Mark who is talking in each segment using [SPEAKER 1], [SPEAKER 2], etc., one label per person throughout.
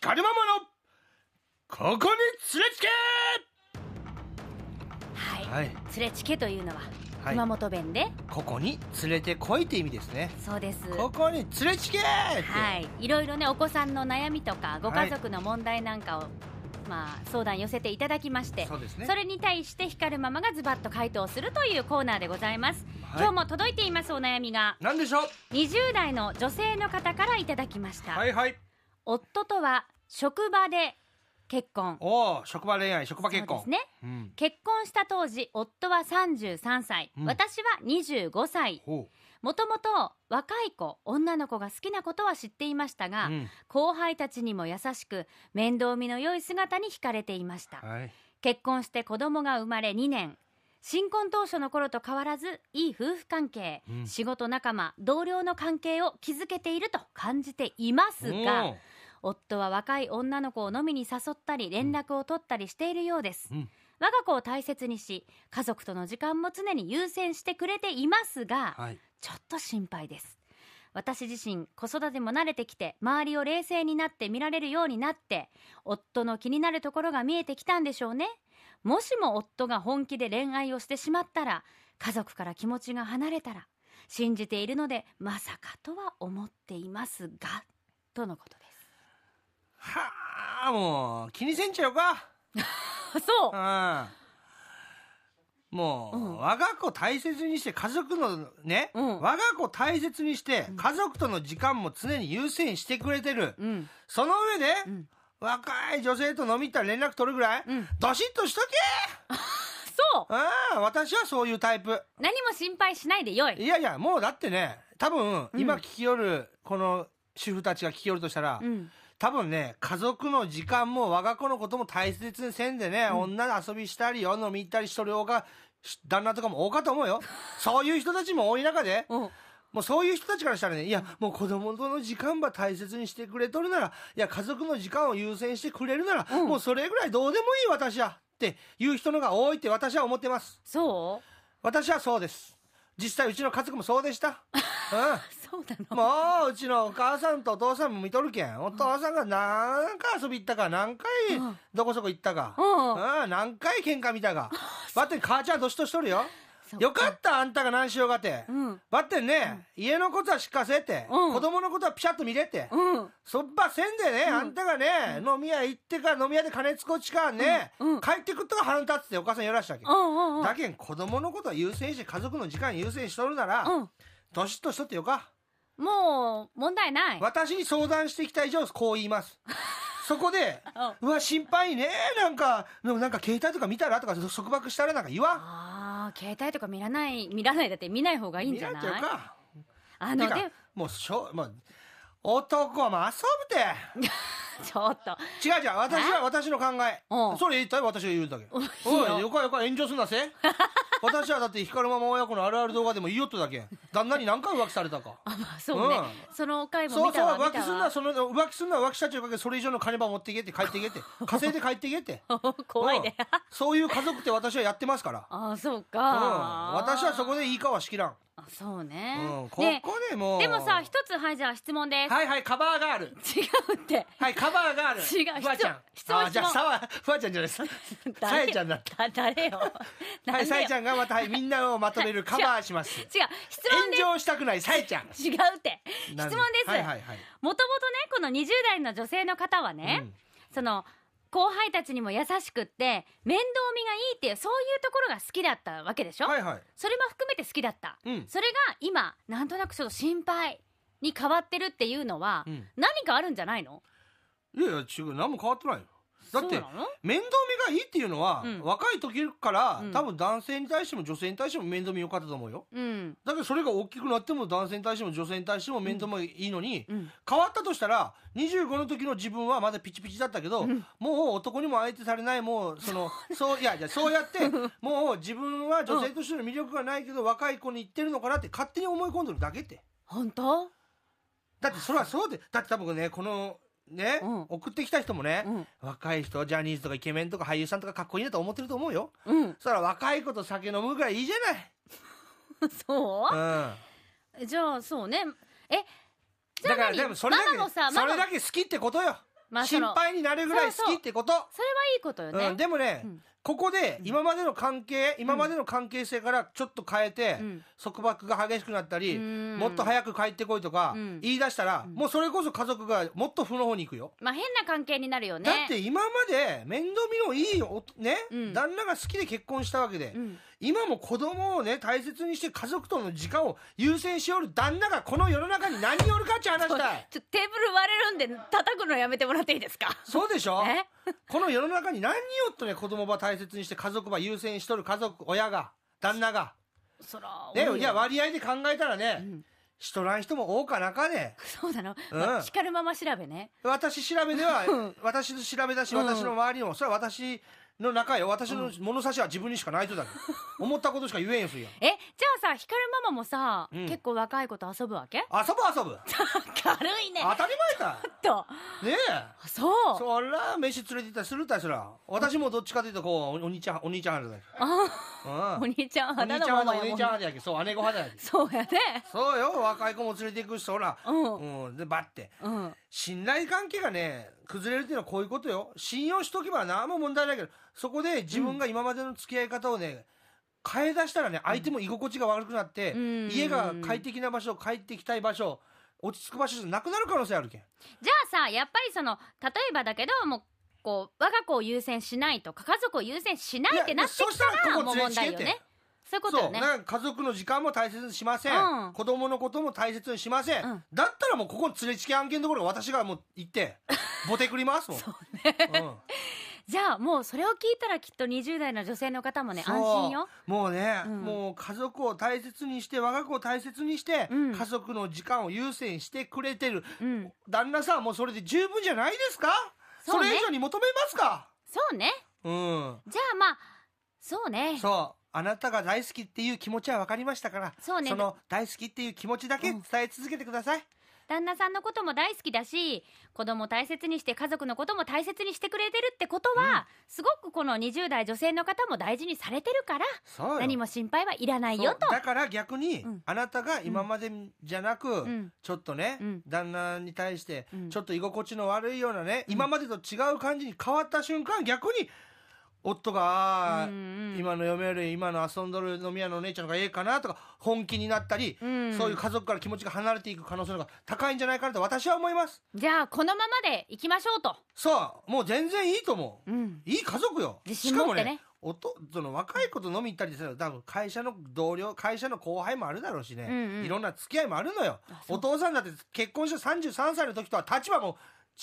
[SPEAKER 1] カルマモのここに連れつけ
[SPEAKER 2] はい、
[SPEAKER 1] はい
[SPEAKER 2] 連れちけというのは
[SPEAKER 1] はい
[SPEAKER 2] 熊本弁で、
[SPEAKER 1] ここに連れてこいって意味ですね
[SPEAKER 2] そうです
[SPEAKER 1] ここに連れつけって
[SPEAKER 2] はいいろいろねお子さんの悩みとかご
[SPEAKER 1] は
[SPEAKER 2] 家
[SPEAKER 1] い
[SPEAKER 2] 族の問題なんかを、まあ相談寄せていただきまして
[SPEAKER 1] そうですね
[SPEAKER 2] それに対して光るママがズバッと回答するというコーナーでございます、
[SPEAKER 1] はい
[SPEAKER 2] 今日も届いていますお悩みが
[SPEAKER 1] なんでしょう
[SPEAKER 2] 20代の女性の方からいただきました、
[SPEAKER 1] はいはい
[SPEAKER 2] 夫とは職場で結婚
[SPEAKER 1] おお職場恋愛職場結
[SPEAKER 2] そう
[SPEAKER 1] 婚
[SPEAKER 2] ですね
[SPEAKER 1] うん
[SPEAKER 2] 結婚した当時夫は33歳、
[SPEAKER 1] うん
[SPEAKER 2] 私は25歳
[SPEAKER 1] ほ
[SPEAKER 2] もともと若い子女の子が好きなことは知っていました
[SPEAKER 1] う
[SPEAKER 2] が、
[SPEAKER 1] うん
[SPEAKER 2] 後輩たちにも優しく面倒見の良い姿に惹かれていました、
[SPEAKER 1] はい
[SPEAKER 2] 結婚して子供が生まれ2年新婚当初の頃と変わらずいい夫婦関係、
[SPEAKER 1] うん
[SPEAKER 2] 仕事仲間同僚の関係を築けていると感じていますが
[SPEAKER 1] おー
[SPEAKER 2] 夫は若い女の子を飲みに誘ったり連絡を取ったりしているようです、
[SPEAKER 1] うん
[SPEAKER 2] 我が子を大切にし家族との時間も常に優先してくれていますが、
[SPEAKER 1] はい
[SPEAKER 2] ちょっと心配です私自身子育ても慣れてきて周りを冷静になって見られるようになって夫の気になるところが見えてきたんでしょうねもしも夫が本気で恋愛をしてしまったら家族から気持ちが離れたら信じているのでまさかとは思っていますがとのことで
[SPEAKER 1] はあもう気にせんちゃよか
[SPEAKER 2] すそう
[SPEAKER 1] うんもう、
[SPEAKER 2] うん
[SPEAKER 1] 我が子大切にして家族のね、
[SPEAKER 2] う
[SPEAKER 1] 我
[SPEAKER 2] ん
[SPEAKER 1] が子大切にして
[SPEAKER 2] うん
[SPEAKER 1] 家族との時間も常に優先してくれてる、
[SPEAKER 2] うん
[SPEAKER 1] その上で、
[SPEAKER 2] うん
[SPEAKER 1] 若い女性と飲み行ったら連絡取るぐらい、
[SPEAKER 2] うん
[SPEAKER 1] ドシッとしとけ
[SPEAKER 2] そう
[SPEAKER 1] うん私はそういうタイプ
[SPEAKER 2] 何も心配しないでよい
[SPEAKER 1] いやいやもうだってね多分、
[SPEAKER 2] うん
[SPEAKER 1] 今聞きよるこの主婦たちが聞きよるとしたら、
[SPEAKER 2] うん
[SPEAKER 1] 多分ね家族の時間も我が子のことも大切にせんでね、女で遊びしたりよ飲み行ったりしとるおがし旦那とかも多かと思う よそういう人たちも多い中で
[SPEAKER 2] うん
[SPEAKER 1] もうそういう人たちからしたらねいやもう子供との時間ば大切にしてくれとるならいや家族の時間を優先してくれるなら、
[SPEAKER 2] うん
[SPEAKER 1] もうそれぐらいどうでもいい私はっていう人のが多いって私は思ってます
[SPEAKER 2] そう
[SPEAKER 1] 私はそうです実際うちの家族もそうで した、うん
[SPEAKER 2] そうなの
[SPEAKER 1] もううちのお母さんとお父さんも見とるけんお父さんが何回遊び行ったか何回
[SPEAKER 2] うん
[SPEAKER 1] どこそこ行ったか、
[SPEAKER 2] うん
[SPEAKER 1] うん、何回喧嘩見た かばってん母ちゃん年としとるよ
[SPEAKER 2] そう
[SPEAKER 1] よかったあんたが何しようがて、
[SPEAKER 2] うん
[SPEAKER 1] ばってんね、家のことはしっかりせえって、
[SPEAKER 2] うん
[SPEAKER 1] 子供のことはピシャッと見れって、
[SPEAKER 2] うん
[SPEAKER 1] そっばせんでね、あんたがね、飲み屋行ってから飲み屋で金使うちからね、
[SPEAKER 2] うんうん
[SPEAKER 1] 帰ってくっとか腹立つってお母さん言わらしたけ、
[SPEAKER 2] うんうんうん
[SPEAKER 1] だけん子供のことは優先して家族の時間優先しとるなら、
[SPEAKER 2] うん
[SPEAKER 1] 年としとってよか
[SPEAKER 2] もう問題ない。
[SPEAKER 1] 私に相談してきた以上こう言い ますそこで
[SPEAKER 2] あ
[SPEAKER 1] 「うわ心配ねなんかでもなんか携帯とか見たら?」とか束縛したらなんか言わん
[SPEAKER 2] あー携帯とか見らない見らないだって見ない方がいいん
[SPEAKER 1] 見
[SPEAKER 2] じゃ
[SPEAKER 1] ら
[SPEAKER 2] な
[SPEAKER 1] れ
[SPEAKER 2] い
[SPEAKER 1] ちゃうか
[SPEAKER 2] あ
[SPEAKER 1] て
[SPEAKER 2] ので
[SPEAKER 1] かもうしょもう男はもう遊ぶ
[SPEAKER 2] ちょっと
[SPEAKER 1] て違う違う私は私の考
[SPEAKER 2] う
[SPEAKER 1] え
[SPEAKER 2] ん
[SPEAKER 1] それ言ったよ私が言うんだけ
[SPEAKER 2] お
[SPEAKER 1] お
[SPEAKER 2] いいよ
[SPEAKER 1] いよかよか炎上すんなせ 私はだって光るママ親子のあるある動画でも言いよっとだけ旦那に何回浮気されたか
[SPEAKER 2] あまあそうね、
[SPEAKER 1] う
[SPEAKER 2] その回も
[SPEAKER 1] そ
[SPEAKER 2] 見
[SPEAKER 1] うそ
[SPEAKER 2] た
[SPEAKER 1] う
[SPEAKER 2] わ見
[SPEAKER 1] 浮
[SPEAKER 2] た
[SPEAKER 1] 気すん
[SPEAKER 2] わ
[SPEAKER 1] なその浮気すんな浮気したちゅうかけそれ以上の金ば持っていけって帰っていけっ て稼いで帰っていけって
[SPEAKER 2] 怖いね
[SPEAKER 1] うんそういう家族って私はやってます から。
[SPEAKER 2] あーそう
[SPEAKER 1] うん、
[SPEAKER 2] か、
[SPEAKER 1] 私はそこでいいかはしきらん。
[SPEAKER 2] あそうね,
[SPEAKER 1] う
[SPEAKER 2] ね、
[SPEAKER 1] ん、ここでもう。
[SPEAKER 2] でもさ一つはいじゃあ質問です、
[SPEAKER 1] はいはい、カバーガール。
[SPEAKER 2] 違うって
[SPEAKER 1] はい、カバーガール。
[SPEAKER 2] 違う
[SPEAKER 1] ふわちゃん。
[SPEAKER 2] 質問
[SPEAKER 1] あじゃあ、
[SPEAKER 2] 質
[SPEAKER 1] さ
[SPEAKER 2] 問
[SPEAKER 1] わ、ふわちゃんじゃないです。 さえちゃんだった。
[SPEAKER 2] だ誰よ
[SPEAKER 1] はい、さえち
[SPEAKER 2] ん違う
[SPEAKER 1] ゃんがまた、はい、みんなをまとめるカバーします。
[SPEAKER 2] 質問で
[SPEAKER 1] 炎上したくない、さえちゃん。
[SPEAKER 2] す違うって質問
[SPEAKER 1] なん
[SPEAKER 2] です、
[SPEAKER 1] はいはいはい。
[SPEAKER 2] もともとねこの20代の女性の方はね、
[SPEAKER 1] うん
[SPEAKER 2] その後輩たちにも優しくって面倒見がいいっていうそういうところが好きだったわけでしょ、
[SPEAKER 1] はいはい。
[SPEAKER 2] それも含めて好きだった、
[SPEAKER 1] うん
[SPEAKER 2] それが今なんとなくちょっと心配に変わってるっていうのは、
[SPEAKER 1] うん
[SPEAKER 2] 何かあるんじゃないの
[SPEAKER 1] いやいや、違う、何も変わってないよ。だって
[SPEAKER 2] そうな、の
[SPEAKER 1] 面倒見がいいっていうのは、
[SPEAKER 2] うん
[SPEAKER 1] 若い時から、
[SPEAKER 2] うん
[SPEAKER 1] 多分男性に対しても女性に対しても面倒見良かったと思うよ。
[SPEAKER 2] うん
[SPEAKER 1] だけどそれが大きくなっても男性に対しても女性に対しても面倒もいいのに、
[SPEAKER 2] うん
[SPEAKER 1] 変わったとしたら25の時の自分はまだピチピチだったけど、
[SPEAKER 2] ん
[SPEAKER 1] もう男にも相手されないもうそのそういやいやそうやって もう自分は女性としての魅力がないけど、若い子に言ってるのかなって勝手に思い込んでるだけって
[SPEAKER 2] 本当
[SPEAKER 1] だってそれはそうでだって多分ねこのね、
[SPEAKER 2] うん
[SPEAKER 1] 送ってきた人もね、
[SPEAKER 2] うん
[SPEAKER 1] 若い人ジャニーズとかイケメンとか俳優さんとかかっこいいなと思ってると思うよ
[SPEAKER 2] うん
[SPEAKER 1] そしたら若い子と酒飲むぐらいいいじゃない、うん
[SPEAKER 2] そうじゃあそうねえじ
[SPEAKER 1] だ
[SPEAKER 2] ゃあ
[SPEAKER 1] から
[SPEAKER 2] 何
[SPEAKER 1] でもそれだけ
[SPEAKER 2] ママもさ
[SPEAKER 1] そ
[SPEAKER 2] マ
[SPEAKER 1] れ
[SPEAKER 2] マ
[SPEAKER 1] だけ好きってことよ
[SPEAKER 2] まあそ
[SPEAKER 1] 心
[SPEAKER 2] の
[SPEAKER 1] 配になるぐらい好きってこと。
[SPEAKER 2] それはいいことよね、
[SPEAKER 1] うん、でもね、
[SPEAKER 2] うん
[SPEAKER 1] ここで
[SPEAKER 2] うん
[SPEAKER 1] 今までの関係、今までの関係性からちょっと変えて、
[SPEAKER 2] うん
[SPEAKER 1] 束縛が激しくなったり、
[SPEAKER 2] うん
[SPEAKER 1] もっと早く帰ってこいとか
[SPEAKER 2] うん
[SPEAKER 1] 言い出したら、
[SPEAKER 2] うん
[SPEAKER 1] もうそれこそ家族がもっと負の方に行くよ。
[SPEAKER 2] まあ変な関係になるよね
[SPEAKER 1] だって今まで面倒見のいいお、ね
[SPEAKER 2] うん
[SPEAKER 1] 旦那が好きで結婚したわけで、
[SPEAKER 2] うん
[SPEAKER 1] 今も子供をね大切にして家族との時間を優先しおる旦那がこの世の中に何人おるかって話したい
[SPEAKER 2] ちょっとテーブル割れるんで叩くのやめてもらっていいですか
[SPEAKER 1] そうでしょ
[SPEAKER 2] え
[SPEAKER 1] この世の中に何人おっとね子供ば大切にして家族ば優先しとる家族親が旦那が
[SPEAKER 2] そら
[SPEAKER 1] ね
[SPEAKER 2] 多よ
[SPEAKER 1] いや割合で考えたらね、
[SPEAKER 2] うん
[SPEAKER 1] しとらん人も多かなかね
[SPEAKER 2] そうなの、
[SPEAKER 1] うん
[SPEAKER 2] まあ叱るまま調べね
[SPEAKER 1] 私調べでは、
[SPEAKER 2] うん
[SPEAKER 1] 私の調べだし
[SPEAKER 2] うん
[SPEAKER 1] 私の周りにもそれは私の中よ私の物差しは自分にしかないとだけ、 思ったことしか言えんよすよ
[SPEAKER 2] えじゃあさ光るママもさ、
[SPEAKER 1] うん
[SPEAKER 2] 結構若い子と遊ぶわけ
[SPEAKER 1] 遊ぶ遊ぶ
[SPEAKER 2] 軽いね
[SPEAKER 1] 当たり前だ
[SPEAKER 2] と
[SPEAKER 1] ねえ
[SPEAKER 2] そう
[SPEAKER 1] そら飯連れて行ったりするたいそら私もどっちかというとこうおお兄ちゃんお兄ちゃん派だよ、
[SPEAKER 2] あ
[SPEAKER 1] うん、
[SPEAKER 2] お兄ちゃん
[SPEAKER 1] お兄
[SPEAKER 2] 肌
[SPEAKER 1] ちゃ
[SPEAKER 2] の
[SPEAKER 1] ん派
[SPEAKER 2] まま
[SPEAKER 1] だお
[SPEAKER 2] やも
[SPEAKER 1] 姉
[SPEAKER 2] ん
[SPEAKER 1] ちゃん派だやけそう姉子派だやけ
[SPEAKER 2] そうやね
[SPEAKER 1] そうよ若い子も連れて行くしそら
[SPEAKER 2] うん
[SPEAKER 1] うんでバッて
[SPEAKER 2] うん
[SPEAKER 1] 信頼関係がね崩れるっていうのはこういうことよ信用しとけば何も問題ないけどそこで自分が今までの付き合い方をね、変え出したらね相手も居心地が悪くなって、
[SPEAKER 2] うん
[SPEAKER 1] 家が快適な場所帰ってきたい場所落ち着く場所じゃなくなる可能性あるけん
[SPEAKER 2] じゃあさやっぱりその例えばだけどもうこう我が子を優先しないとか家族を優先しないってなってき
[SPEAKER 1] いやそした
[SPEAKER 2] た
[SPEAKER 1] ら
[SPEAKER 2] ら
[SPEAKER 1] ここ
[SPEAKER 2] もう問題よ
[SPEAKER 1] 連れ
[SPEAKER 2] ね
[SPEAKER 1] て
[SPEAKER 2] そういうこと
[SPEAKER 1] そ
[SPEAKER 2] よ
[SPEAKER 1] う
[SPEAKER 2] ね
[SPEAKER 1] なんか家族の時間も大切にしません、
[SPEAKER 2] うん
[SPEAKER 1] 子供のことも大切にしません、
[SPEAKER 2] うん
[SPEAKER 1] だったらもうここの連れ付き案件のところが私がもう行 ってボテくりますもんうん
[SPEAKER 2] じゃあもうそれを聞いたらきっと20代の女性の方もね
[SPEAKER 1] そう
[SPEAKER 2] 安心よ
[SPEAKER 1] もうね、
[SPEAKER 2] うん
[SPEAKER 1] もう家族を大切にして我が子を大切にして、
[SPEAKER 2] うん
[SPEAKER 1] 家族の時間を優先してくれてる
[SPEAKER 2] うん
[SPEAKER 1] 旦那さんはもうそれで十分じゃないですかそ,、
[SPEAKER 2] そうね
[SPEAKER 1] れ以上に求めますか
[SPEAKER 2] そうね
[SPEAKER 1] うん
[SPEAKER 2] じゃあまあそうね
[SPEAKER 1] そうあなたが大好きっていう気持ちは分かりましたから
[SPEAKER 2] そうね
[SPEAKER 1] の大好きっていう気持ちだけ伝え続けてください、
[SPEAKER 2] 旦那さんのことも大好きだし子供を大切にして家族のことも大切にしてくれてるってことは、すごくこの20代女性の方も大事にされてるから
[SPEAKER 1] そうよ
[SPEAKER 2] 何も心配はいらないよ
[SPEAKER 1] そう
[SPEAKER 2] と
[SPEAKER 1] だから逆に、
[SPEAKER 2] うん
[SPEAKER 1] あなたが今までじゃなく、
[SPEAKER 2] ん
[SPEAKER 1] ちょっとね、
[SPEAKER 2] うん
[SPEAKER 1] 旦那に対して
[SPEAKER 2] うん
[SPEAKER 1] ちょっと居心地の悪いようなね、
[SPEAKER 2] うん
[SPEAKER 1] 今までと違う感じに変わった瞬間逆に夫が、あ
[SPEAKER 2] う
[SPEAKER 1] ー
[SPEAKER 2] んうん
[SPEAKER 1] 今の嫁より今の遊んどる飲み屋のお姉ちゃんの方がええかなとか本気になったり、
[SPEAKER 2] うん
[SPEAKER 1] そういう家族から気持ちが離れていく可能性の方が高いんじゃないかなと私は思います
[SPEAKER 2] じゃあこのままでいきましょうと、
[SPEAKER 1] そうもう全然いいと思う、
[SPEAKER 2] うん、
[SPEAKER 1] いい家族よ
[SPEAKER 2] 自
[SPEAKER 1] し
[SPEAKER 2] 信
[SPEAKER 1] か
[SPEAKER 2] 持
[SPEAKER 1] も
[SPEAKER 2] ってね
[SPEAKER 1] ねおとその若い子と飲み行ったりする多分会社の同僚会社の後輩もあるだろうしね、
[SPEAKER 2] うんうん
[SPEAKER 1] いろんな付き合いもあるのよ
[SPEAKER 2] あそう
[SPEAKER 1] お父さんだって結婚して33歳の時とは立場も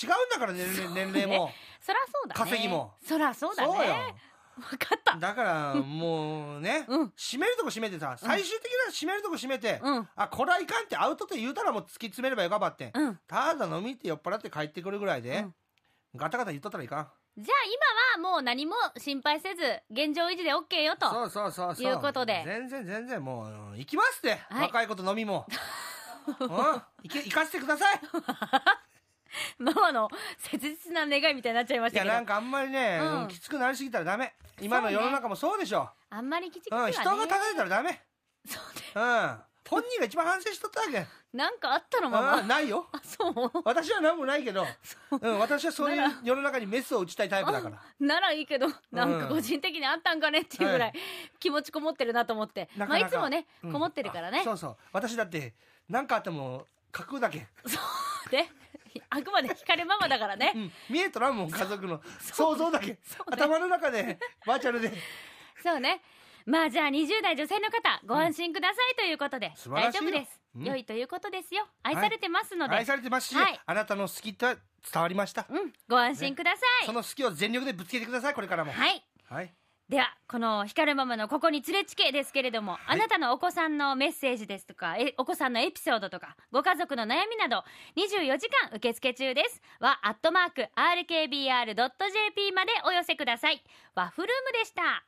[SPEAKER 1] 違うんだから、ね、 年齢も
[SPEAKER 2] そらそうだね
[SPEAKER 1] 稼ぎも
[SPEAKER 2] そらそうだね
[SPEAKER 1] よ
[SPEAKER 2] 分かった
[SPEAKER 1] だからもうね、
[SPEAKER 2] うん
[SPEAKER 1] 締めるとこ締めてさ最終的な締めるとこ締めて、
[SPEAKER 2] うん
[SPEAKER 1] あこれはいかんってアウトって言うたらもう突き詰めればよかばってん、
[SPEAKER 2] うん
[SPEAKER 1] ただ飲みって酔っ払って帰ってくるぐらいで、
[SPEAKER 2] うん
[SPEAKER 1] ガタガタ言っとったらいかん
[SPEAKER 2] じゃあ今はもう何も心配せず現状維持で OK よと
[SPEAKER 1] そうそうそうそう
[SPEAKER 2] いうことで
[SPEAKER 1] 全然全然もううん行きますって、
[SPEAKER 2] はい
[SPEAKER 1] 若い子と飲み もうん行け行かせてください
[SPEAKER 2] ママの切実な願いみたいになっちゃいまし
[SPEAKER 1] いや
[SPEAKER 2] たけど
[SPEAKER 1] なんかあんまりね、
[SPEAKER 2] うん
[SPEAKER 1] うんきつくなりすぎたらダメ今の世の中もそうでしょ
[SPEAKER 2] あんまりきちきち
[SPEAKER 1] う、
[SPEAKER 2] は
[SPEAKER 1] ん、
[SPEAKER 2] ね
[SPEAKER 1] 人が叩いたらダメ
[SPEAKER 2] そうね
[SPEAKER 1] うん本人が一番反省しとったわけ、
[SPEAKER 2] なんかあったのママ
[SPEAKER 1] うんないよ
[SPEAKER 2] あそう
[SPEAKER 1] 私は何もないけど、うん、私はそういう世の中にメスを打ちたいタイプだから
[SPEAKER 2] ならいいけどなんか個人的にあったんかねっていうぐら
[SPEAKER 1] はい
[SPEAKER 2] 気持ちこもってるなと思って、
[SPEAKER 1] なかなか
[SPEAKER 2] まあ、いつもね
[SPEAKER 1] うん
[SPEAKER 2] こもってるからね、
[SPEAKER 1] あそうそう私だって何かあっても架空だけ、
[SPEAKER 2] であくまで光るママだからね、
[SPEAKER 1] うん、見えとらんもん家族の想像だけ、頭の中でバーチャルで
[SPEAKER 2] そうねまあじゃあ20代女性の方ご安心くださいということで、
[SPEAKER 1] 素晴
[SPEAKER 2] 大
[SPEAKER 1] らしい
[SPEAKER 2] 丈
[SPEAKER 1] よ
[SPEAKER 2] 夫です、
[SPEAKER 1] うん
[SPEAKER 2] 良いということですよ
[SPEAKER 1] い
[SPEAKER 2] 愛されてますので、
[SPEAKER 1] 愛されてますし、
[SPEAKER 2] はい
[SPEAKER 1] あなたの好きって伝わりました、
[SPEAKER 2] うんご安心ください、
[SPEAKER 1] その好きを全力でぶつけてくださいこれからも
[SPEAKER 2] はい
[SPEAKER 1] はい
[SPEAKER 2] ではこの光るママのここに連れつけですけれども、あなたのお子さんのメッセージですとかえお子さんのエピソードとかご家族の悩みなど24時間受付中ですはアットマーク RKBR.jp までお寄せくださいワッフルームでした